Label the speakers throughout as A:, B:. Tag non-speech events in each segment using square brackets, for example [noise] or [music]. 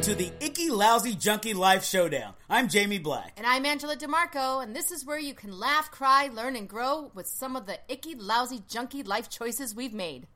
A: to the Icky Lousy Junkie Life Showdown. I'm Jamie Black.
B: And I'm Angela DeMarco, and this is where you can laugh, cry, learn, and grow with some of the icky, lousy, junky life choices we've made.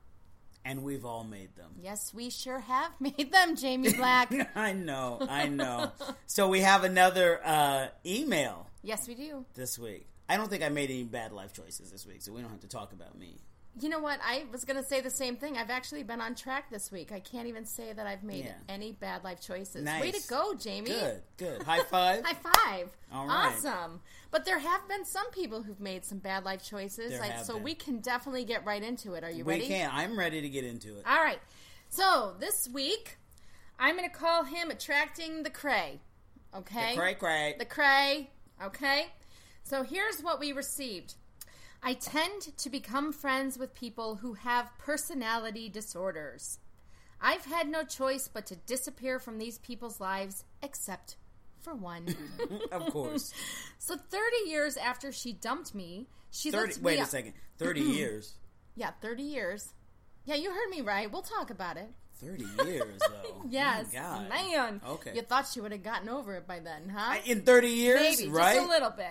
A: And we've all made them. [laughs]
B: Yes, we sure have [laughs] made them, Jamie Black.
A: I know, I
B: [laughs]
A: know. so we have another uh, email
B: yes, we do.
A: this week. I don't think I made any bad life choices this week, so we don't have to talk about me.
B: You know what? I was going to say the same thing. I've actually been on track this week. I can't even say that I've made
A: Yeah.
B: any bad life choices. Way
A: Nice.
B: to go, Jamie.
A: Good, good. High five.
B: High five.
A: All right.
B: Awesome. But there have been some people who've made some bad life choices.
A: There
B: like,
A: have
B: so
A: been.
B: we can definitely get right into it. Are you
A: we
B: ready?
A: can. I'm ready to get into it.
B: All right. So this week, I'm going to call him attracting the cray. Okay.
A: Cray, cray.
B: The cray. Okay. So here's what we received. I tend to become friends with people who have personality disorders. I've had no choice but to disappear from these people's lives, except
A: [coughs]
B: for one.
A: Mm, of
B: [laughs]
A: course.
B: so 30 years after she dumped me, she
A: 30,
B: looked me
A: wait a
B: up. [clears throat]
A: second. 30 years.
B: Yeah, 30 years. Yeah, you heard me right. We'll talk about it.
A: 30 years, though.
B: Yes,
A: Oh, my God.
B: man.
A: Okay.
B: you thought she would have gotten over it by then, huh?
A: In 30 years,
B: Maybe
A: right? Oh,
B: just a little bit.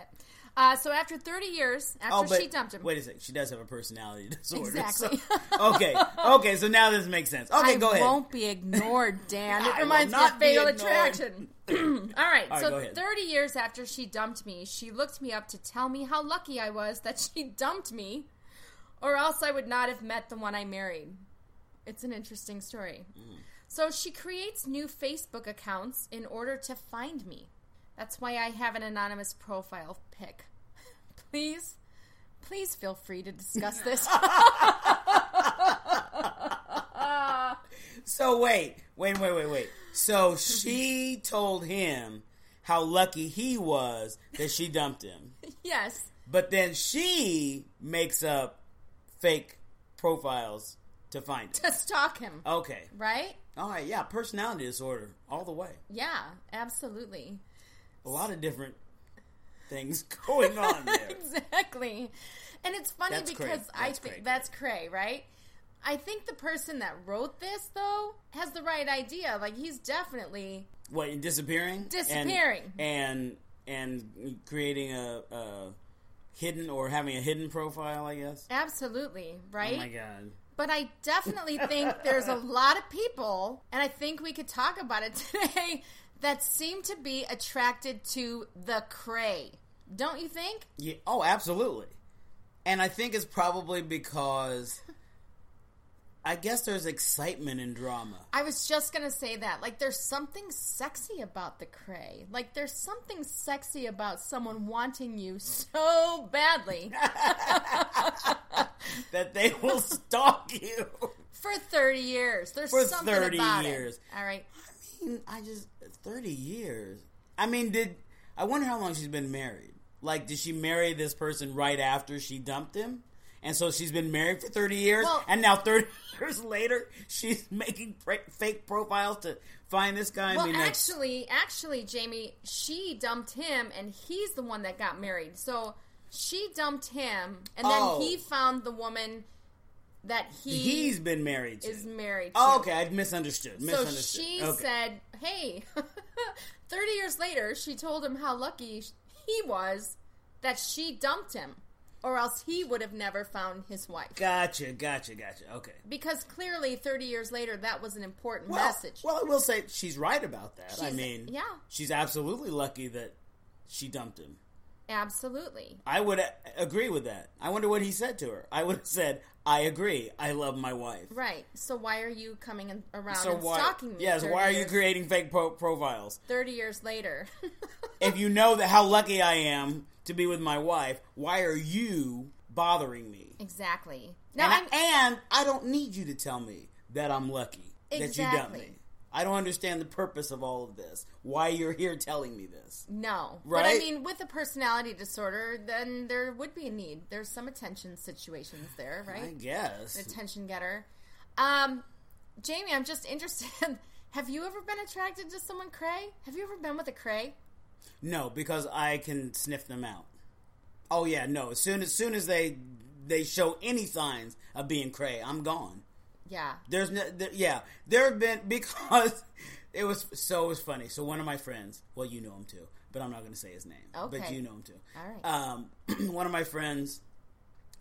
B: Uh, so after 30 years, after she dumped him,
A: Wait a second. She does have a personality [laughs] disorder.
B: Exactly.
A: so- [laughs] okay. Okay. So now this makes sense. Okay.
B: I
A: go ahead.
B: won't be ignored,
A: [laughs]
B: Dan.
A: I
B: It
A: will
B: reminds me
A: not
B: of
A: be
B: Fatal
A: ignored.
B: Attraction. [clears throat] All right,
A: All right, go
B: so
A: ahead.
B: 30 years after she dumped me, she looked me up to tell me how lucky I was that she [laughs] dumped me, or else I would not have met the one I married. It's an interesting story.
A: Hmm.
B: So she creates new Facebook accounts in order to find me. That's why I have an anonymous profile pic. [laughs] Please, please feel free to
A: [laughs]
B: discuss this. [laughs]
A: So wait, wait, wait, wait, wait. So she [laughs] told him how lucky he was that she dumped him,
B: yes.
A: but then she makes up fake profiles to find him.
B: to stalk him,
A: Okay.
B: right?
A: All right. Yeah. Personality disorder, all the way.
B: Yeah, absolutely.
A: A lot of different things [laughs] going on there.
B: [laughs] Exactly. And it's funny
A: That's cray.
B: because I
A: That's
B: think
A: cray.
B: that's cray, right? I think the person that wrote this though has the right idea. Like he's definitely
A: What in disappearing?
B: Disappearing.
A: and and, and creating a, a hidden or having a hidden profile, I guess.
B: absolutely,
A: Oh my
B: right?
A: god!
B: but I definitely think
A: [laughs]
B: there's a lot of people and I think we could talk about it [laughs] today that seem to be attracted to the cray. Don't you think?
A: Yeah. Oh, absolutely. And I think it's probably because I guess there's excitement and drama.
B: I was just gonna say that. Like, there's something sexy about the cray. Like, there's something sexy about someone wanting you so
A: [laughs]
B: badly
A: That they will [laughs] stalk you.
B: for 30 years. There's
A: For
B: something
A: 30
B: about
A: years.
B: it. All right.
A: I mean, I just thirty years. I mean, did I wonder how long she's been married? Like, did she marry this person right after she dumped him? And so she's been married for thirty years,
B: Well-
A: and now thirty [laughs] years later, she's making pra- fake profiles to find this guy. I
B: Well,
A: mean, that's-
B: actually, actually, Jamie, she dumped him, and he's the one that got married. So she dumped him, and then
A: Oh.
B: he found the woman that he
A: he's been married. To.
B: is married. To.
A: oh, okay, I misunderstood.
B: So
A: Misunderstood.
B: she
A: okay.
B: said, "Hey, [laughs] 30 years later, she told him how lucky sh- he was that she dumped him, or else he would have never found his wife."
A: "Gotcha, gotcha, gotcha." Okay.
B: Because clearly, 30 years later, that was an important
A: Well,
B: message.
A: well, I will say she's right about that. I
B: She's-
A: mean,
B: yeah.
A: she's absolutely lucky that she dumped him.
B: Absolutely.
A: I would a- agree with that. I wonder what he said to her. I would have said, "I agree. I love my wife."
B: Right. So why are you coming in, around
A: So
B: and
A: why?
B: stalking me?
A: yes.
B: 30
A: Why are you
B: years-
A: creating fake pro- profiles
B: 30 years later? [laughs]
A: if you know that how lucky I am to be with my wife? Why are you bothering me?
B: exactly. Now,
A: And I,
B: I'm,
A: and I don't need you to tell me that I'm lucky that you dumped
B: Exactly.
A: me. I don't understand the purpose of all of this. Why you're here telling me this?
B: No. But I
A: Right?
B: mean, with a personality disorder, then there would be a need. There's some attention situations there,
A: I
B: right?
A: guess.
B: Attention getter. Um, Jamie, I'm just interested. [laughs] Have you ever been attracted to someone cray? Have you ever been with a cray?
A: No, because I can sniff them out. Oh yeah, no. As soon as soon as they they show any signs of being cray, I'm gone.
B: Yeah.
A: There's no, there, yeah. There have been [laughs] because It was so it was funny. So one of my friends, well, you know him too, but I'm not going to say his name. But
B: Okay.
A: you know him too.
B: All right.
A: Um, [clears throat] one of my friends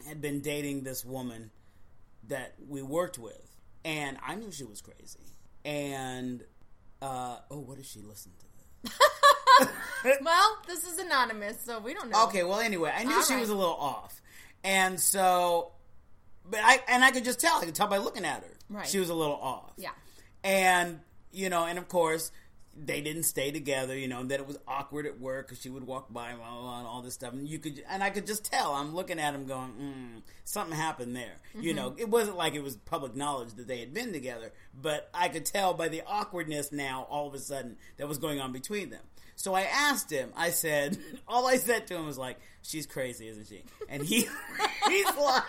A: had been dating this woman that we worked with, and I knew she was crazy. And uh, oh, what if she listened to this?
B: well, this is anonymous, so we don't know.
A: Okay, well, anyway, I knew
B: All
A: she was a
B: right.
A: little off, and so, but I and I could just tell. I could tell by looking at her.
B: Right.
A: She was a little off.
B: Yeah.
A: And you know, and of course, they didn't stay together. You know, and that it was awkward at work because she would walk by blah, blah, blah, and all this stuff, and you could and I could just tell. I'm looking at him, going, mm, something happened there. You know, it wasn't like it was public knowledge that they had been together, but I could tell by the awkwardness now, all of a sudden, that was going on between them. So I asked him. I said, [laughs] all I said to him was like, "She's crazy, isn't she?" And he, [laughs] he's like,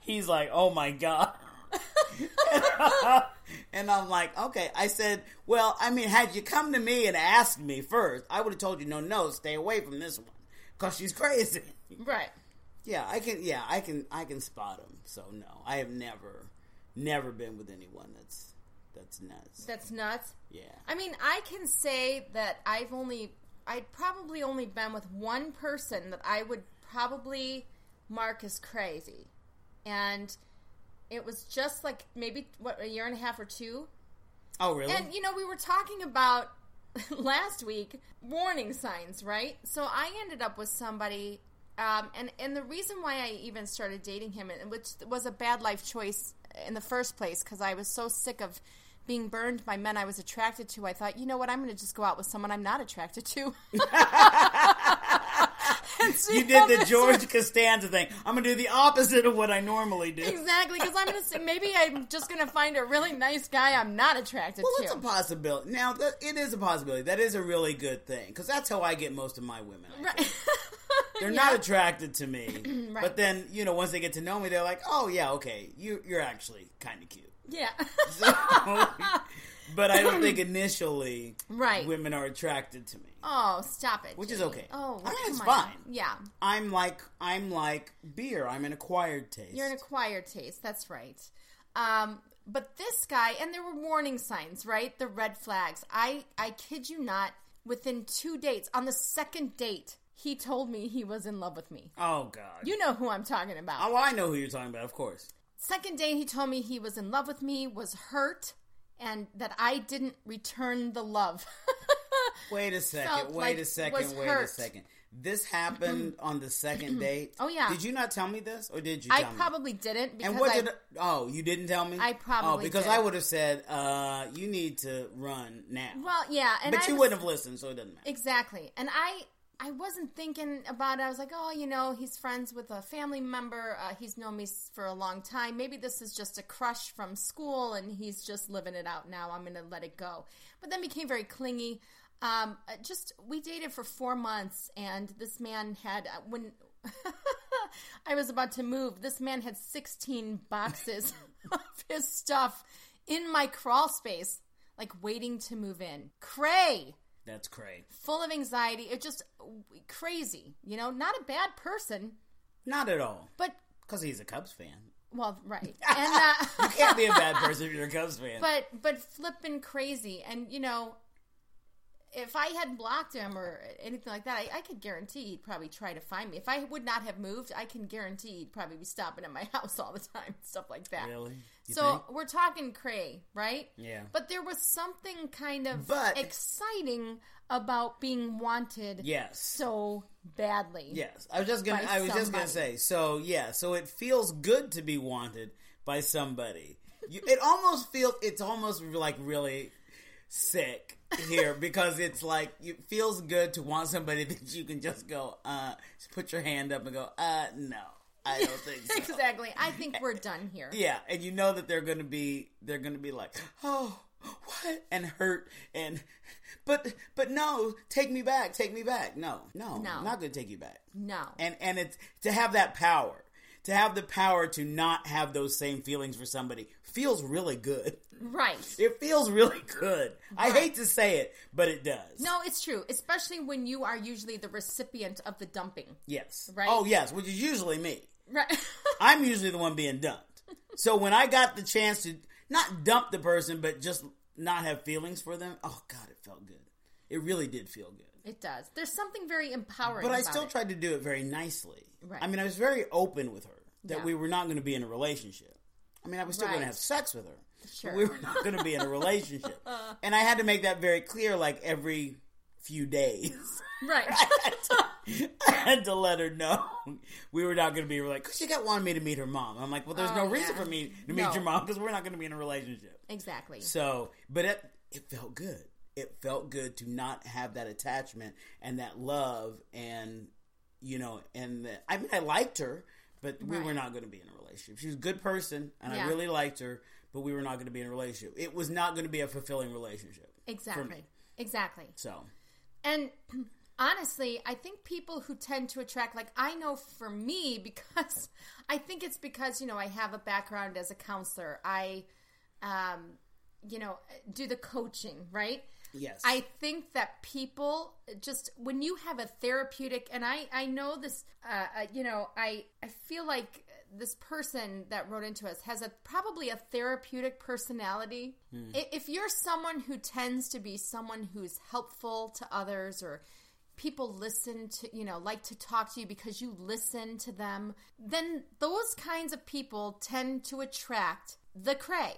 A: he's like, "Oh my god." [laughs] and I'm like, okay. I said, well, I mean, had you come to me and asked me first, I would have told you, no, no, stay away from this one, cause she's crazy.
B: Right.
A: Yeah, I can. Yeah, I can. I can spot him. So no, I have never, never been with anyone that's that's nuts.
B: That's nuts.
A: Yeah.
B: I mean, I can say that I've only, I'd probably only been with one person that I would probably mark as crazy. And it was just like maybe, what, a year and a half or two?
A: Oh really?
B: And, you know, we were talking about [laughs] last week warning signs, right? So I ended up with somebody. Um, and, and the reason why I even started dating him, and- which was a bad life choice in the first place, because I was so sick of being burned by men I was attracted to, I thought, you know what, I'm going to just go out with someone I'm not
A: [laughs]
B: attracted to. And see
A: you
B: how
A: did the
B: this
A: George Costanza thing. I'm gonna do the opposite of what I normally do.
B: [laughs] Exactly, because I'm going to maybe I'm just going to find a really nice guy I'm not attracted
A: Well,
B: to.
A: that's a possibility. Now, that, it is a possibility. That is a really good thing because that's how I get most of my women. I
B: Right.
A: think.
B: [laughs]
A: They're not attracted to me,
B: [clears throat] Right.
A: but then you know, once they get to know me, they're like, "Oh yeah, okay, you you're actually kind of cute." [laughs]
B: yeah. [laughs]
A: So, but I don't think initially,
B: Right.
A: women are attracted to me.
B: Oh, stop it.
A: Which is
B: Jamie.
A: okay.
B: Oh,
A: I mean,
B: come
A: it's
B: on.
A: fine.
B: Yeah.
A: I'm like I'm like beer. I'm an acquired taste.
B: You're an acquired taste. That's right. Um, but this guy, and there were warning signs, right? The red flags. I, I kid you not, within two dates, on the second date, he told me he was in love with me.
A: oh god.
B: You know who I'm talking about.
A: oh, I know who you're talking about. Of course.
B: Second date, he told me he was in love with me, was hurt, and that I didn't return the love. [laughs]
A: Wait a second.
B: felt
A: wait
B: like
A: a
B: was
A: second. Wait a
B: hurt.
A: second. This
B: [clears throat]
A: happened on the second date.
B: Oh, yeah.
A: Did you not tell me this, or did you?
B: I
A: tell me?
B: probably didn't because
A: And what
B: I,
A: did? Oh, you didn't tell me.
B: I
A: Oh,
B: probably
A: because
B: did.
A: I would have said, uh, "You need to run now."
B: well, yeah, and
A: but
B: I
A: you
B: was-
A: wouldn't have listened, so it doesn't matter.
B: Exactly. And I I wasn't thinking about it. I was like, oh, you know, he's friends with a family member. Uh, he's known me s- for a long time. Maybe this is just a crush from school and he's just living it out now. I'm going to let it go. But then became very clingy. Um, uh, just, we dated for four months and this man had, uh, when [laughs] I was about to move, this man had 16 boxes of his stuff in my crawl space, like waiting to move in. Cray!
A: That's cray.
B: full of anxiety. It just crazy, you know. Not a bad person,
A: Not at all,
B: but
A: because he's a Cubs fan.
B: [laughs] well,
A: [laughs]
B: right. And uh, [laughs]
A: You can't be a bad person if you're a Cubs fan.
B: but but flipping crazy, and you know, if I had blocked him or anything like that, I, I could guarantee he'd probably try to find me. If I would not have moved, I can guarantee he'd probably be stopping at my [laughs] house all the time, stuff like that.
A: really, You
B: So
A: think?
B: we're talking cray, right?
A: Yeah.
B: But there was something kind of
A: But-
B: exciting about being wanted
A: yes,
B: so badly.
A: yes. I was just gonna.
B: By
A: I was just gonna
B: somebody.
A: say. So yeah. So it feels good to be wanted by somebody. You, it almost feels. It's almost like really sick
B: [laughs]
A: here because it's like it feels good to want somebody [laughs] that you can just go. uh just Put your hand up and go. uh No, I don't think so.
B: [laughs] exactly. I think we're done here.
A: Yeah, and you know that they're gonna be they're gonna be like, oh, what, and hurt, and but but no, take me back, take me back. No, no,
B: No.
A: I'm not gonna take you back.
B: No.
A: And and it's to have that power, to have the power to not have those same feelings for somebody feels really good. [laughs]
B: right.
A: It feels really good. I hate to say it, but it does.
B: no, it's true, especially when you are usually the recipient of the dumping.
A: Yes.
B: Right?
A: Oh yes, which is usually me.
B: Right.
A: I'm usually the one being dumped. So when I got the chance to not dump the person, but just not have feelings for them. Oh God, it felt good. It really did feel good.
B: [laughs] It does. There's something very empowering.
A: But I
B: about
A: still
B: it.
A: tried to do it very nicely.
B: Right.
A: I mean, I was very open with her that
B: Yeah.
A: we were not going to be in a relationship. I mean, I was still going
B: Right.
A: to have sex with her. but
B: Sure.
A: We were not going to be in a relationship.
B: [laughs]
A: and I had to make that very clear, like every few days. [laughs]
B: Right.
A: I had to let her know we were not going to be like, because she got wanted me to meet her mom. I'm like, well, there's
B: Oh,
A: no reason
B: yeah.
A: for me to meet
B: No.
A: your mom because we're not going to be in a relationship.
B: exactly.
A: So, but it it felt good. It felt good to not have that attachment and that love, and you know, and the, I mean, I liked her, but we were
B: Right.
A: not going to be in a relationship. She was a good person, and
B: Yeah.
A: I really liked her, but we were not going to be in a relationship. It was not going to be a fulfilling relationship.
B: Exactly. Exactly.
A: So,
B: And [clears throat] honestly, I think people who tend to attract, like I know for me, [laughs] because I think it's because, you know, I have a background as a counselor. I, um, you know, do the coaching, right?
A: yes,
B: I think that people just when you have a therapeutic, and I I know this, uh, uh, you know, I I feel like this person that wrote into us has a probably a therapeutic personality. I If you're someone who tends to be someone who's helpful to others or people listen to you know like to talk to you because you listen to them then those kinds of people tend to attract the cray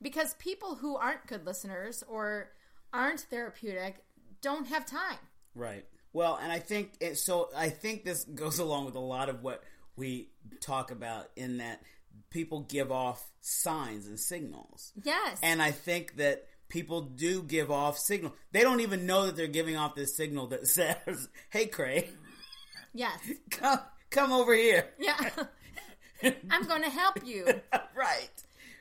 B: because people who aren't good listeners or aren't therapeutic don't have time
A: Right. Well, and I think it, so. I think this goes [laughs] along with a lot of what we talk about in that people give off signs and signals.
B: yes
A: And I think that people do give off signal. They don't even know that they're giving off this signal that [laughs] says, "Hey, Cray,
B: yes [laughs]
A: come come over here." [laughs]
B: yeah i'm gonna help you
A: right.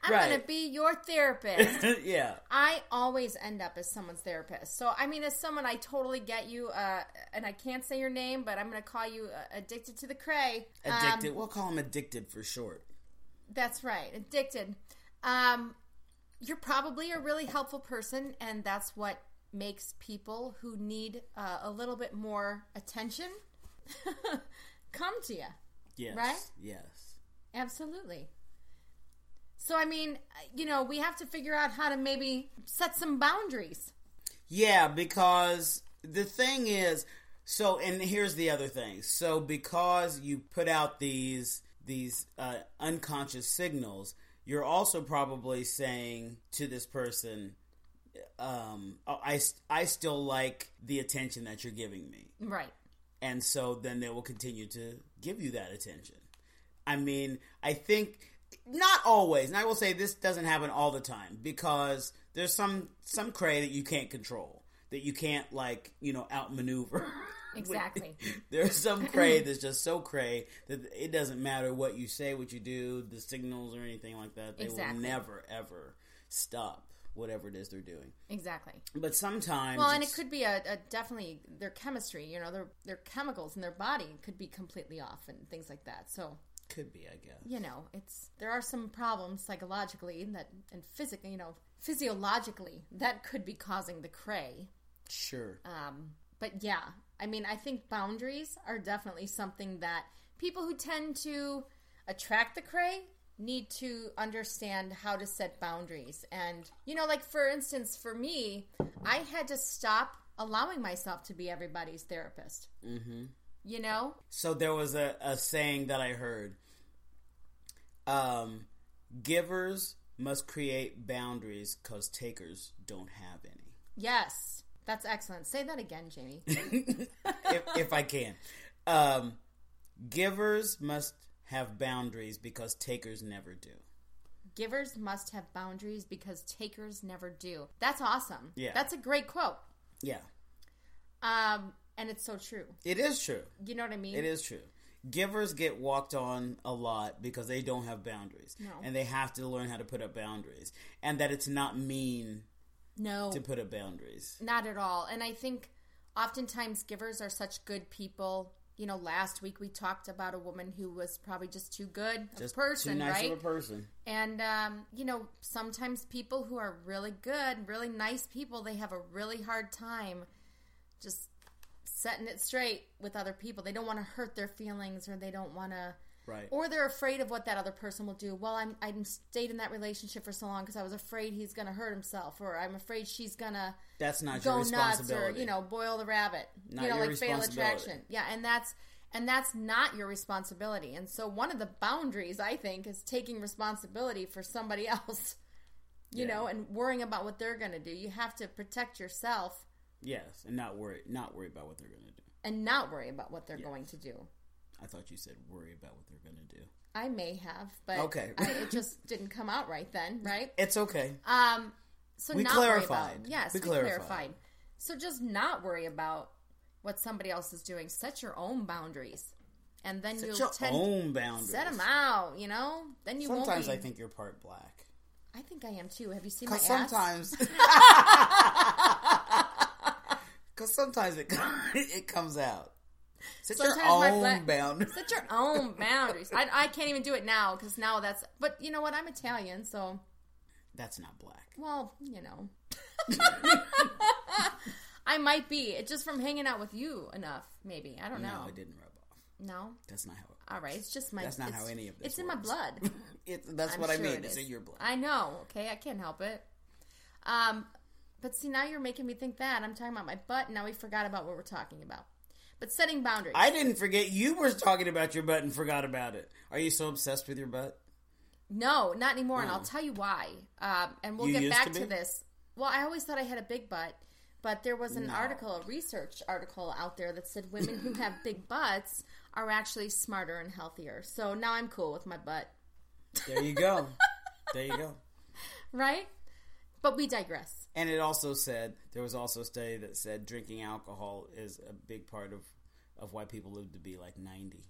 B: i'm gonna
A: right.
B: be your therapist
A: [laughs] yeah.
B: I always end up as someone's therapist. So, I mean, as someone, I totally get you. Uh, and I can't say your name, but I'm going to call you uh, addicted to the cray. Um,
A: Addicted. we'll call them addicted for short.
B: that's right, addicted. Um, you're probably a really helpful person, and that's what makes people who need uh, a little bit more attention [laughs] come to you.
A: Yes.
B: Right?
A: Yes.
B: Absolutely. So, I mean, you know, we have to figure out how to maybe set some boundaries.
A: Yeah, because the thing is, so and here's the other thing. So because you put out these these uh, unconscious signals, you're also probably saying to this person, um, oh, I I still like the attention that you're giving me,
B: Right.
A: and so then they will continue to give you that attention. I mean, I think not always, and I will say this doesn't happen all the time because there's some some cray that you can't control, that you can't like you know outmaneuver. [laughs]
B: Exactly.
A: there's some
B: [laughs]
A: cray that's just so cray that it doesn't matter what you say, what you do, the signals or anything like that. They
B: Exactly.
A: will never ever stop whatever it is they're doing.
B: [laughs] Exactly.
A: But sometimes,
B: Well, and it
A: it's-
B: could be a, a definitely their chemistry, you know, their their chemicals in their body could be completely off and things like that. So,
A: could be, I guess.
B: you know, it's there are some problems psychologically that and physically, you know, physiologically that could be causing the cray.
A: Sure.
B: Um, but yeah, I mean, I think boundaries are definitely something that people who tend to attract the cray need to understand how to set boundaries. And, you know, like for instance, for me, I had to stop allowing myself to be everybody's therapist. Mm-hmm. You know?
A: So there was a, a saying that I heard. Um, givers must create boundaries because takers don't have any.
B: Yes. That's excellent. Say that again, Jamie. [laughs]
A: if, if I can. Um, givers must have boundaries because takers never do.
B: Givers must have boundaries because takers never do. That's awesome.
A: Yeah.
B: That's a great quote.
A: Yeah,
B: Um, and it's so true.
A: it is true.
B: You know what I mean?
A: It is true. Givers get walked on a lot because they don't have boundaries.
B: No.
A: And they have to learn how to put up boundaries. And that it's not mean
B: No.
A: to put up boundaries.
B: Not at all. And I think oftentimes givers are such good people. You know, last week we talked about a woman who was probably just too good a
A: Just
B: person,
A: too nice
B: right?
A: of a person.
B: and um, you know, sometimes people who are really good, really nice people, they have a really hard time just setting it straight with other people. They don't want to hurt their feelings, or they don't want to
A: Right.
B: Or they're afraid of what that other person will do. Well, I'm I'm stayed in that relationship for so long because I was afraid he's going to hurt himself, or I'm afraid she's going to
A: That's not your
B: go nuts, or
A: responsibility.
B: you know, boil the rabbit.
A: Not
B: you know,
A: your
B: like fail
A: responsibility.
B: attraction. Yeah, and that's and that's not your responsibility. And so one of the boundaries I think is taking responsibility for somebody [laughs] else. You
A: Yeah.
B: know, and worrying about what they're going to do. You have to protect yourself
A: Yes, and not worry, not worry about what they're gonna do.
B: and not worry about what they're going to do.
A: I thought you said worry about what they're gonna do.
B: I may have, but
A: Okay. [laughs]
B: I, it just didn't come out right then, right?
A: It's okay.
B: Um, so
A: We
B: not Worry
A: clarified.
B: about, yes,
A: We
B: we,
A: clarified.
B: clarified. So just not worry about what somebody else is doing. Set your own boundaries, and then
A: Set
B: you'll
A: your
B: tend
A: own boundaries.
B: set them out. You know, then you won't.
A: Sometimes
B: Be,
A: I think you're part black.
B: I think I am too. Have you seen my
A: Because
B: ass? [laughs]
A: sometimes, [laughs] because sometimes it [laughs] it comes out. Set your
B: Sometimes my
A: own
B: black-
A: boundaries.
B: [laughs] Set your own boundaries. I, I can't even do it now because now that's. But you know what? I'm Italian, so
A: That's not black.
B: well, you know. [laughs] I might be. It's just from hanging out with you enough, maybe. I don't
A: No,
B: know.
A: it didn't rub off.
B: No.
A: That's not how. It,
B: All right, it's just my.
A: That's not
B: it's-
A: how any of this
B: It's in my
A: works. [laughs]
B: blood.
A: it, that's
B: I'm
A: what I
B: sure
A: mean.
B: it
A: It's
B: is.
A: in your blood.
B: I know. Okay, I can't help it. Um, but see, now you're making me think that I'm talking about my butt. and Now we forgot about what we're talking about. But setting boundaries.
A: I didn't forget. You were talking about your butt and forgot about it. Are you so obsessed with your butt?
B: no, not anymore, and I'll tell you why. Um, and we'll
A: Mm. You
B: get
A: used
B: back
A: to
B: to,
A: be?
B: this. Well, I always thought I had a big butt, but there was an
A: No.
B: article, a research article out there that said women who
A: [laughs]
B: have big butts are actually smarter and healthier. So now I'm cool with my butt.
A: There you go. there you go.
B: right? But we digress.
A: And it also said there was also a study that said drinking alcohol is a big part of of why people live to be like ninety.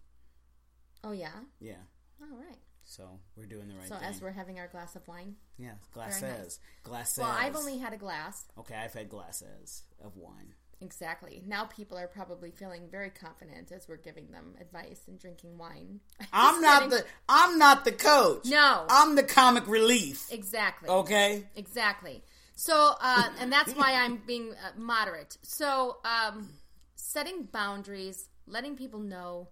B: Oh yeah.
A: Yeah.
B: All right.
A: So we're doing the right
B: So
A: thing.
B: as we're having our glass of wine,
A: yeah, glasses,
B: Very nice.
A: glasses.
B: well, I've only had a glass.
A: okay. I've had glasses of wine.
B: Exactly. Now people are probably feeling very confident as we're giving them advice and drinking wine. [laughs]
A: I'm not the I'm not the coach.
B: No.
A: I'm the comic relief.
B: exactly.
A: Okay.
B: Exactly. So, uh, and that's why
A: [laughs]
B: I'm being uh, moderate. So, um, setting boundaries, letting people know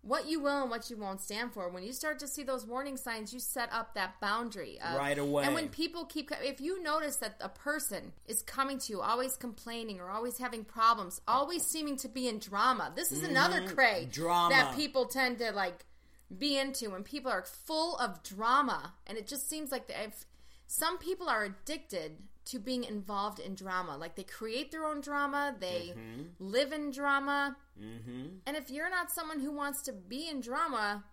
B: what you will and what you won't stand for. When you start to see those warning signs, you set up that boundary of,
A: Right away.
B: And when people keep, if you notice that a person is coming to you, always complaining or always having problems, always seeming to be in drama, this is another cray
A: Drama.
B: that people tend to like be into when people are full of drama and it just seems like the, if some people are addicted to being involved in drama like they create their own drama they live in drama mm-hmm. and if you're not someone who wants to be in drama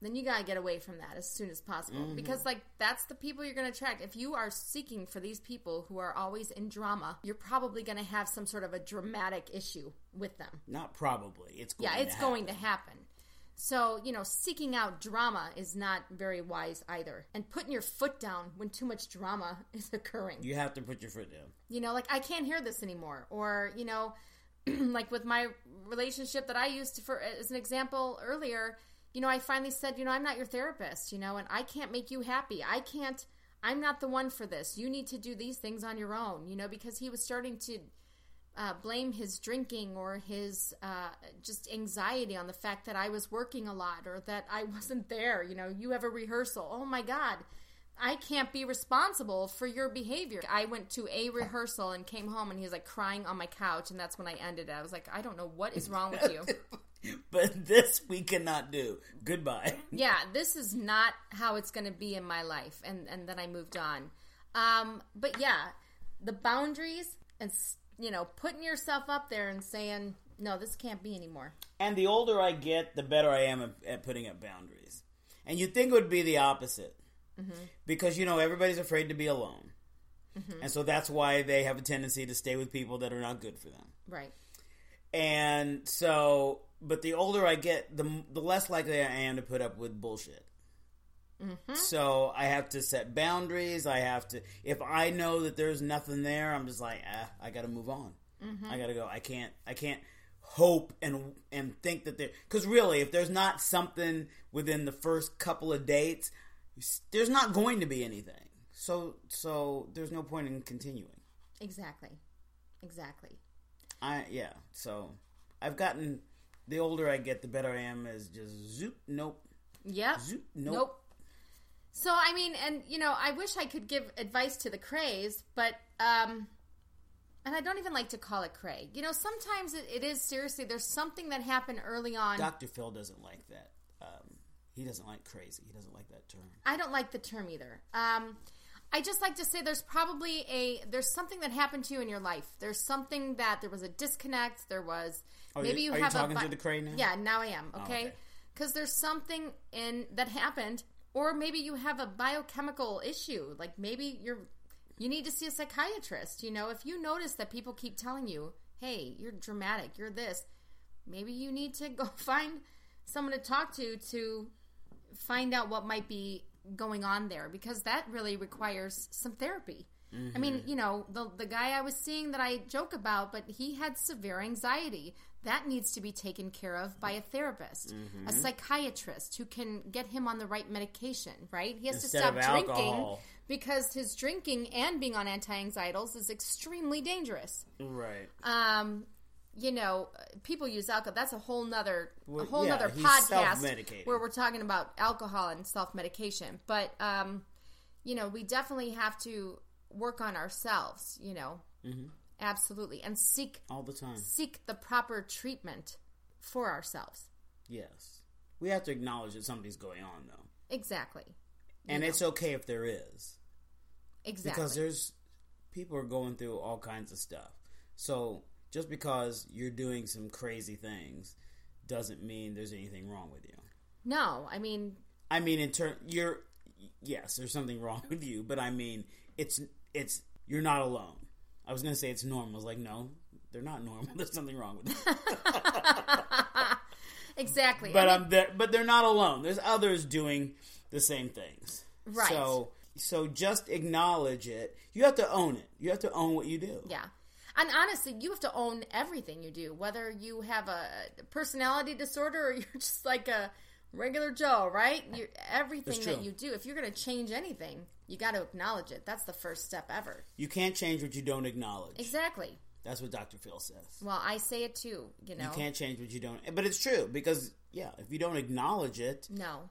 B: then you gotta get away from that as soon as possible because like that's the people you're gonna attract if you are seeking for these people who are always in drama you're probably gonna have some sort of a dramatic issue with them
A: Not probably. It's going
B: yeah,
A: to
B: it's
A: happen.
B: going to happen. So, you know, seeking out drama is not very wise either. And putting your foot down when too much drama [laughs] is occurring.
A: You have to put your foot down. [laughs]
B: You know, like, I can't hear this anymore. Or, you know, [clears throat] like with my relationship that I used to, for as an example earlier, you know, I finally said, you know, I'm not your therapist, you know, and I can't make you happy. I can't, I'm not the one for this. You need to do these things on your own, you know, because he was starting to uh, blame his drinking or his uh, just anxiety on the fact that I was working a lot or that I [laughs] wasn't there. You know, you have a rehearsal. Oh my God, I can't be responsible for your behavior. I went to a rehearsal and came home and he was like crying on my couch. And that's when I ended it. I was like, I don't know what is wrong with you.
A: But this we cannot do. Goodbye.
B: yeah, this is not how it's going to be in my life. And and then I moved on. Um, but yeah, the boundaries and s- you know putting yourself up there and saying no, this can't be anymore.
A: And the older I get, the better I am at- at putting up boundaries. And you'd think it would be the opposite. Because, you know, everybody's afraid to be alone. And so that's why they have a tendency to stay with people that are not good for them.
B: Right.
A: And so, but the older I get, the, m- the less likely I am to put up with bullshit. So I have to set boundaries. I have to, if I know that there's nothing there, I'm just like, ah, I got to move on. I got to go. I can't, I can't hope and and think that there, because really, if there's not something within the first couple of dates, s- there's not going to be anything. So, so there's no point in continuing.
B: Exactly. Exactly.
A: I yeah. So I've gotten The older I get, the better I am. Is just zoop, nope,
B: Yep.
A: zoop,
B: Nope.
A: nope.
B: So I mean, and you know, I wish I could give advice to the craze, but um, and I don't even like to call it cray. You know, sometimes it, it is seriously. There's something that happened early on.
A: Doctor Phil doesn't like that. Um, he doesn't like crazy. He doesn't like that term.
B: I don't like the term either. Um, I just like to say there's probably a there's something that happened to you in your life. There's something that there was a disconnect. There was
A: Are Oh,
B: maybe
A: you-
B: you,
A: are you
B: have
A: talking
B: a
A: through the cray now? Oh,
B: Yeah, now I am. Okay,
A: okay.
B: because there's something in that happened, or maybe you have a biochemical issue. Like maybe you're you need to see a psychiatrist. You know, if you notice that people keep telling you, "Hey, you're dramatic. You're this," maybe you need to [laughs] go find someone to talk to to find out what might be going on there because that really requires some therapy. I mean,
A: Mm-hmm.
B: you know, the the guy I was seeing that I joke about, but he had severe anxiety. That needs to be taken care of by a therapist,
A: Mm-hmm.
B: a psychiatrist who can get him on the right medication, right? He has
A: Instead
B: to
A: of
B: stop drinking
A: alcohol.
B: because his drinking and being on anti-anxietals is extremely dangerous.
A: Right.
B: Um you know, uh, people use alcohol. That's a whole nother, a
A: Well,
B: whole
A: yeah,
B: nother
A: he's
B: podcast
A: self-medicating.
B: where we're talking about alcohol and self medication. But um, you know, we definitely have to work on ourselves. You know,
A: Mm-hmm.
B: absolutely, and seek
A: All the time.
B: seek the proper treatment for ourselves.
A: Yes. We have to acknowledge that something's going on, though.
B: Exactly,
A: And it's okay if there is.
B: exactly.
A: Because there's people are going through all kinds of stuff. So just because you're doing some crazy things doesn't mean there's anything wrong with you.
B: no, I mean,
A: I mean, in turn, you're yes, there's something wrong with you, but I mean, it's it's you're not alone. I was gonna say it's normal. I was like, no, they're not normal. [laughs] There's something wrong with them.
B: exactly.
A: But um, they're, but they're not alone. There's others doing the same things.
B: Right.
A: So so just acknowledge it. You have to own it. You have to own what you do.
B: Yeah. And honestly, you have to own everything you do, whether you have a personality disorder or [laughs] you're just like a regular Joe, right? You everything
A: That's
B: that
A: true.
B: you do, if you're going to change anything, you got to acknowledge it. That's the first step ever.
A: You can't change what you don't acknowledge.
B: Exactly.
A: That's what Dr. Phil says.
B: Well, I say it too, you know.
A: You can't change what you don't. But it's true because yeah, if you don't acknowledge it,
B: No.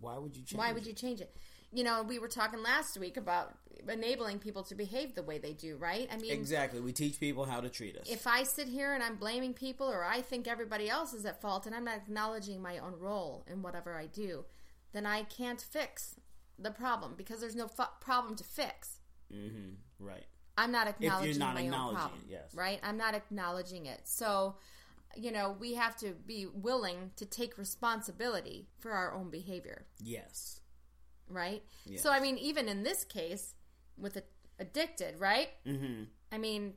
A: why would you change?
B: Why would
A: it?
B: you change it? You know, we were talking last week about enabling people to behave the way they do, right? I mean,
A: Exactly. We teach people how to treat us.
B: if I sit here and I'm blaming people or I think everybody else is at fault and I'm not acknowledging my own role in whatever I do, then I can't fix the problem because there's no fu- problem to fix.
A: right.
B: I'm not acknowledging
A: not
B: my own
A: acknowledging
B: problem,
A: it, yes.
B: right? I'm not acknowledging it. So, you know, we have to be willing to take responsibility for our own behavior,
A: Yes.
B: right? So, I mean, even in this case with a, addicted, right?
A: Mm-hmm.
B: I mean,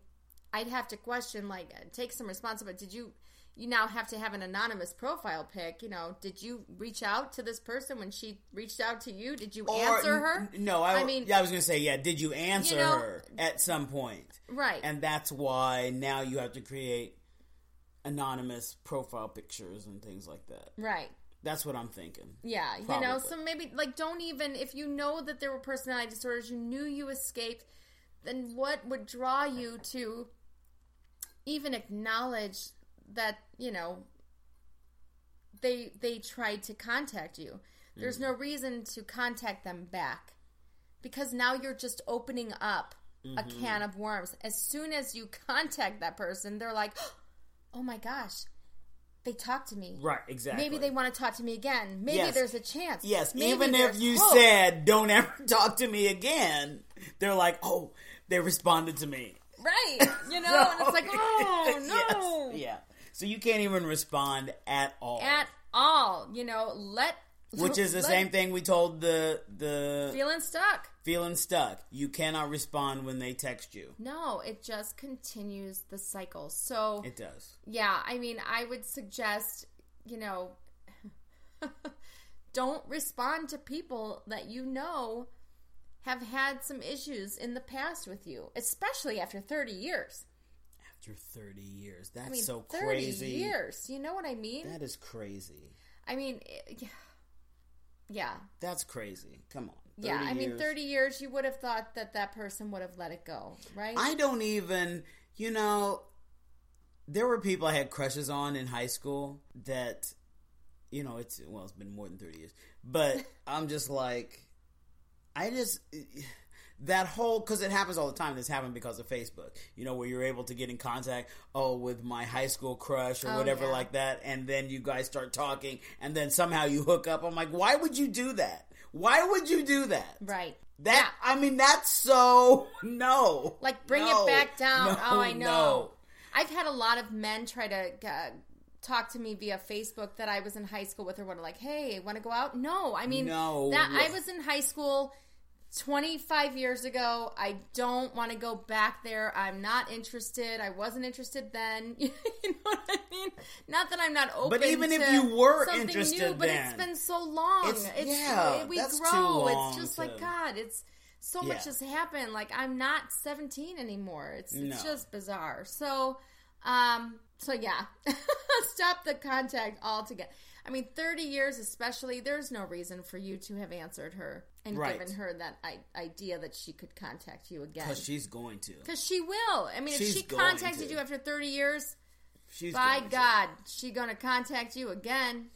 B: I'd have to question like uh, take some responsibility. Did you you now have to have an anonymous profile pic? You know, did you reach out to this person when she reached out to you? Did you answer her?
A: No, I,
B: I mean-
A: yeah, I was going to say, yeah, did you answer
B: You know-
A: her at some point?
B: Right.
A: And that's why now you have to create anonymous profile pictures and things like that.
B: right.
A: That's what I'm thinking.
B: Yeah, you know,
A: Probably.
B: so maybe like don't even if you know that there were personality disorders, you knew you escaped, then what would draw you to even acknowledge that, you know, they they tried to contact you. There's no reason to contact them back because now you're just opening up a can of worms. As soon as you [laughs] contact that person, they're like, [gasps] "Oh my gosh, they talked to me."
A: Right, exactly.
B: Maybe they want to talk to me again. Maybe
A: Yes.
B: there's a chance.
A: Yes,
B: Maybe
A: even if
B: there's
A: you
B: hope.
A: said, don't ever [laughs] talk to me again, they're like, oh, they responded to me. [laughs]
B: right, you know, and it's like, oh no,
A: Yes, yeah. So you can't even respond at all.
B: at all, you know, let
A: which is the
B: let-
A: same thing we told the the
B: Feeling stuck.
A: feeling stuck. You cannot respond when they text you.
B: No, it just continues the cycle. So
A: It does.
B: yeah, I mean, I would suggest, you know, [laughs] don't respond to people that you know have had some issues in the past with you, especially after thirty years.
A: After 30 years. That's
B: I mean,
A: so
B: thirty
A: crazy.
B: years. You know what I mean?
A: That is crazy.
B: I mean, it- yeah. yeah,
A: That's crazy. Come on. 30
B: yeah. I mean,
A: years.
B: thirty years. You would have thought that that person would have let it go, right?
A: I don't even, you know, there were people I had crushes on in high school that, you know, it's well, it's been more than thirty years,
B: [laughs]
A: but I'm just like, I just that whole because it happens all the time. This happened because of Facebook, you know, where you're able to get in contact, oh, with my high school crush or
B: Oh,
A: whatever
B: yeah.
A: like that, and then you guys start talking, and then somehow you hook up. I'm like, why would you do that? Why would you do that?
B: Right.
A: That I mean, that's so [laughs] no.
B: Like bring
A: No.
B: it back
A: [laughs]
B: down.
A: No,
B: oh, I know.
A: no.
B: I've had a lot of men try to uh, talk to me via Facebook that I was in high school with or were like, "Hey, want to go out?" No, I mean
A: No.
B: that I was in high school 25 years ago. I don't want to go back there. I'm not interested. I wasn't interested then. [laughs] you know what I mean? Not that I'm not open.
A: even if
B: to
A: you were
B: something new,
A: interested
B: but
A: then.
B: it's been so long.
A: It's-
B: It's,
A: yeah,
B: we
A: that's too
B: grow.
A: long
B: it's just
A: to-
B: like God. It's so
A: Yeah.
B: much has happened. Like I'm not 17 anymore. It's it's
A: No.
B: just bizarre. So, um, so yeah, [laughs] stop the contact altogether. I mean, 30 years especially. There's no reason for you to have answered her and
A: Right.
B: given her that I- idea that she could contact you again.
A: Because Oh, she's going to.
B: Because she will. I mean, if
A: She's
B: she
A: going
B: contacted
A: to.
B: you after 30 years,
A: She's
B: by
A: going to.
B: God, she gonna contact you again.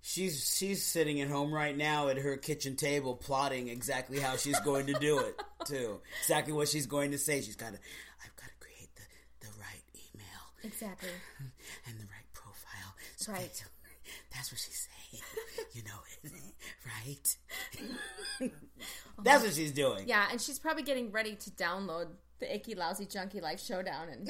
A: She's she's sitting at home right now at her kitchen table plotting exactly how she's going to do
B: [laughs]
A: it too. Exactly what she's going to say. She's got to I've got to create the, the right email
B: Exactly.
A: and the right profile. So
B: Right.
A: That's, that's what she's saying. you know [laughs] it, right?
B: [laughs]
A: that's what she's doing.
B: Yeah, and she's probably getting ready to download the Icky Lousy Junkie Life Showdown
A: [laughs]
B: and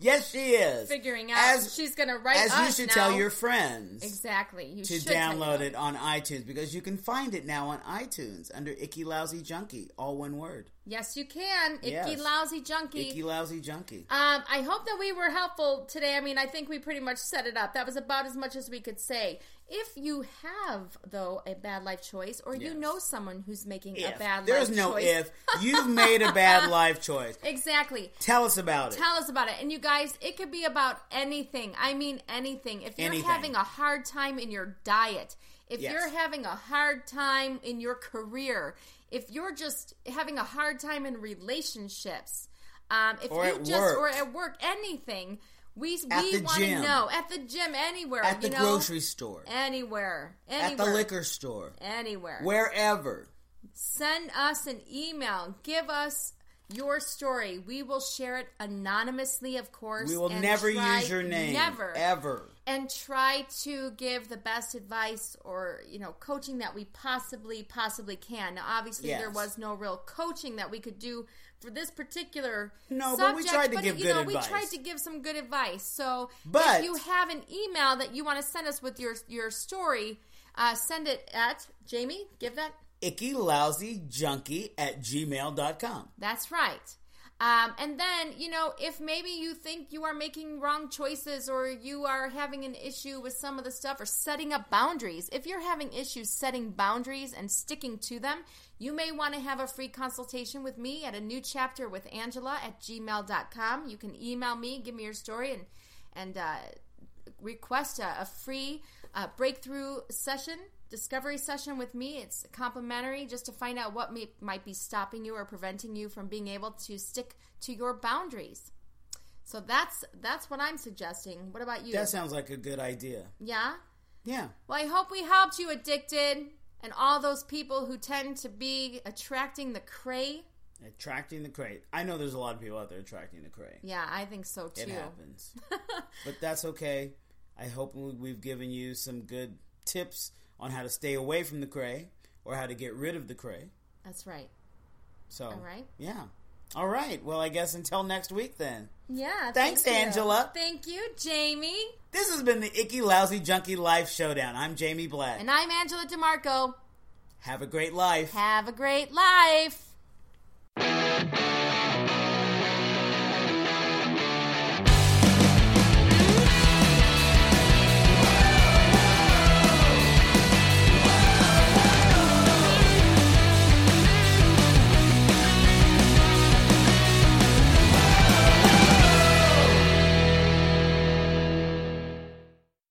A: Yes, she is.
B: figuring out
A: As-
B: she's gonna write
A: As you
B: us
A: should
B: now.
A: tell your friends.
B: exactly you
A: to
B: should tell
A: download
B: them.
A: it on iTunes because you can find it now on iTunes under Icky Lousy Junkie, all one word.
B: Yes, you can. Icky
A: Yes.
B: Lousy Junkie.
A: Icky Lousy Junkie.
B: Um, I hope that we were helpful today. I mean, I think we pretty much set it up. That was about as much as we could say. If you have, though, a bad life choice, or you
A: Yes.
B: know someone who's making a
A: If.
B: bad
A: There's
B: life
A: no
B: choice,
A: if. You've made a
B: [laughs]
A: bad life choice.
B: exactly.
A: Tell us about it.
B: Tell us about it. And you guys, it could be about anything. I mean, anything. If you're
A: Anything.
B: having a hard time in your diet, if
A: Yes.
B: you're having a hard time in your career, if you're just having a hard time in relationships, um, if
A: Or
B: you
A: at
B: just
A: work.
B: or at work, anything. We,
A: At
B: we
A: the
B: want to
A: gym.
B: know at the gym, anywhere,
A: At the
B: you know,
A: grocery store,
B: anywhere, anywhere,
A: at the liquor store,
B: anywhere
A: wherever.
B: send us an email. Give us your story. We will share it anonymously, of course.
A: We will
B: and
A: never
B: try-
A: use your name.
B: Never.
A: Ever.
B: And try to give the best advice or, you know, coaching that we possibly, possibly can. Now, obviously, there
A: Yes.
B: was no real coaching that we could do for this particular
A: No, but we
B: subject,
A: tried to
B: but,
A: give
B: you
A: good
B: know,
A: advice.
B: we tried to give some good advice. So
A: But-
B: if you have an email that you want to send us with your, your story, uh, send it at, Jamie, give that
A: Icky Lousy Junkie at gmail.com.
B: That's right. Um, and then, you know, if maybe you think you are making wrong choices or you are having an issue with some of the stuff or setting up boundaries, if you're having issues setting boundaries and sticking to them, you may want to have a free consultation with me at a new chapter with Angela at gmail.com. You can email me, give me your story, and, and uh, request a, a free uh, breakthrough session discovery session with me it's complimentary just to find out what may, might be stopping you or preventing you from being able to stick to your boundaries so that's that's what i'm suggesting what about you
A: That sounds like a good idea.
B: yeah
A: Yeah.
B: well i hope we helped you addicted and all those people who tend to be attracting the cray
A: Attracting the crate. I know there's a lot of people out there attracting the crate.
B: yeah i think so too
A: It
B: [laughs]
A: happens. but that's okay. I hope we- we've given you some good tips on how to stay away from the cray or how to get rid of the cray.
B: that's right
A: So,
B: All right.
A: Yeah. All right. Well, I guess until next week then.
B: yeah
A: Thanks,
B: thank you.
A: Angela.
B: thank you jamie
A: This has been the Icky Lousy Junkie Life Showdown. I'm Jamie Black.
B: and i'm angela demarco
A: Have a great life.
B: Have a great life.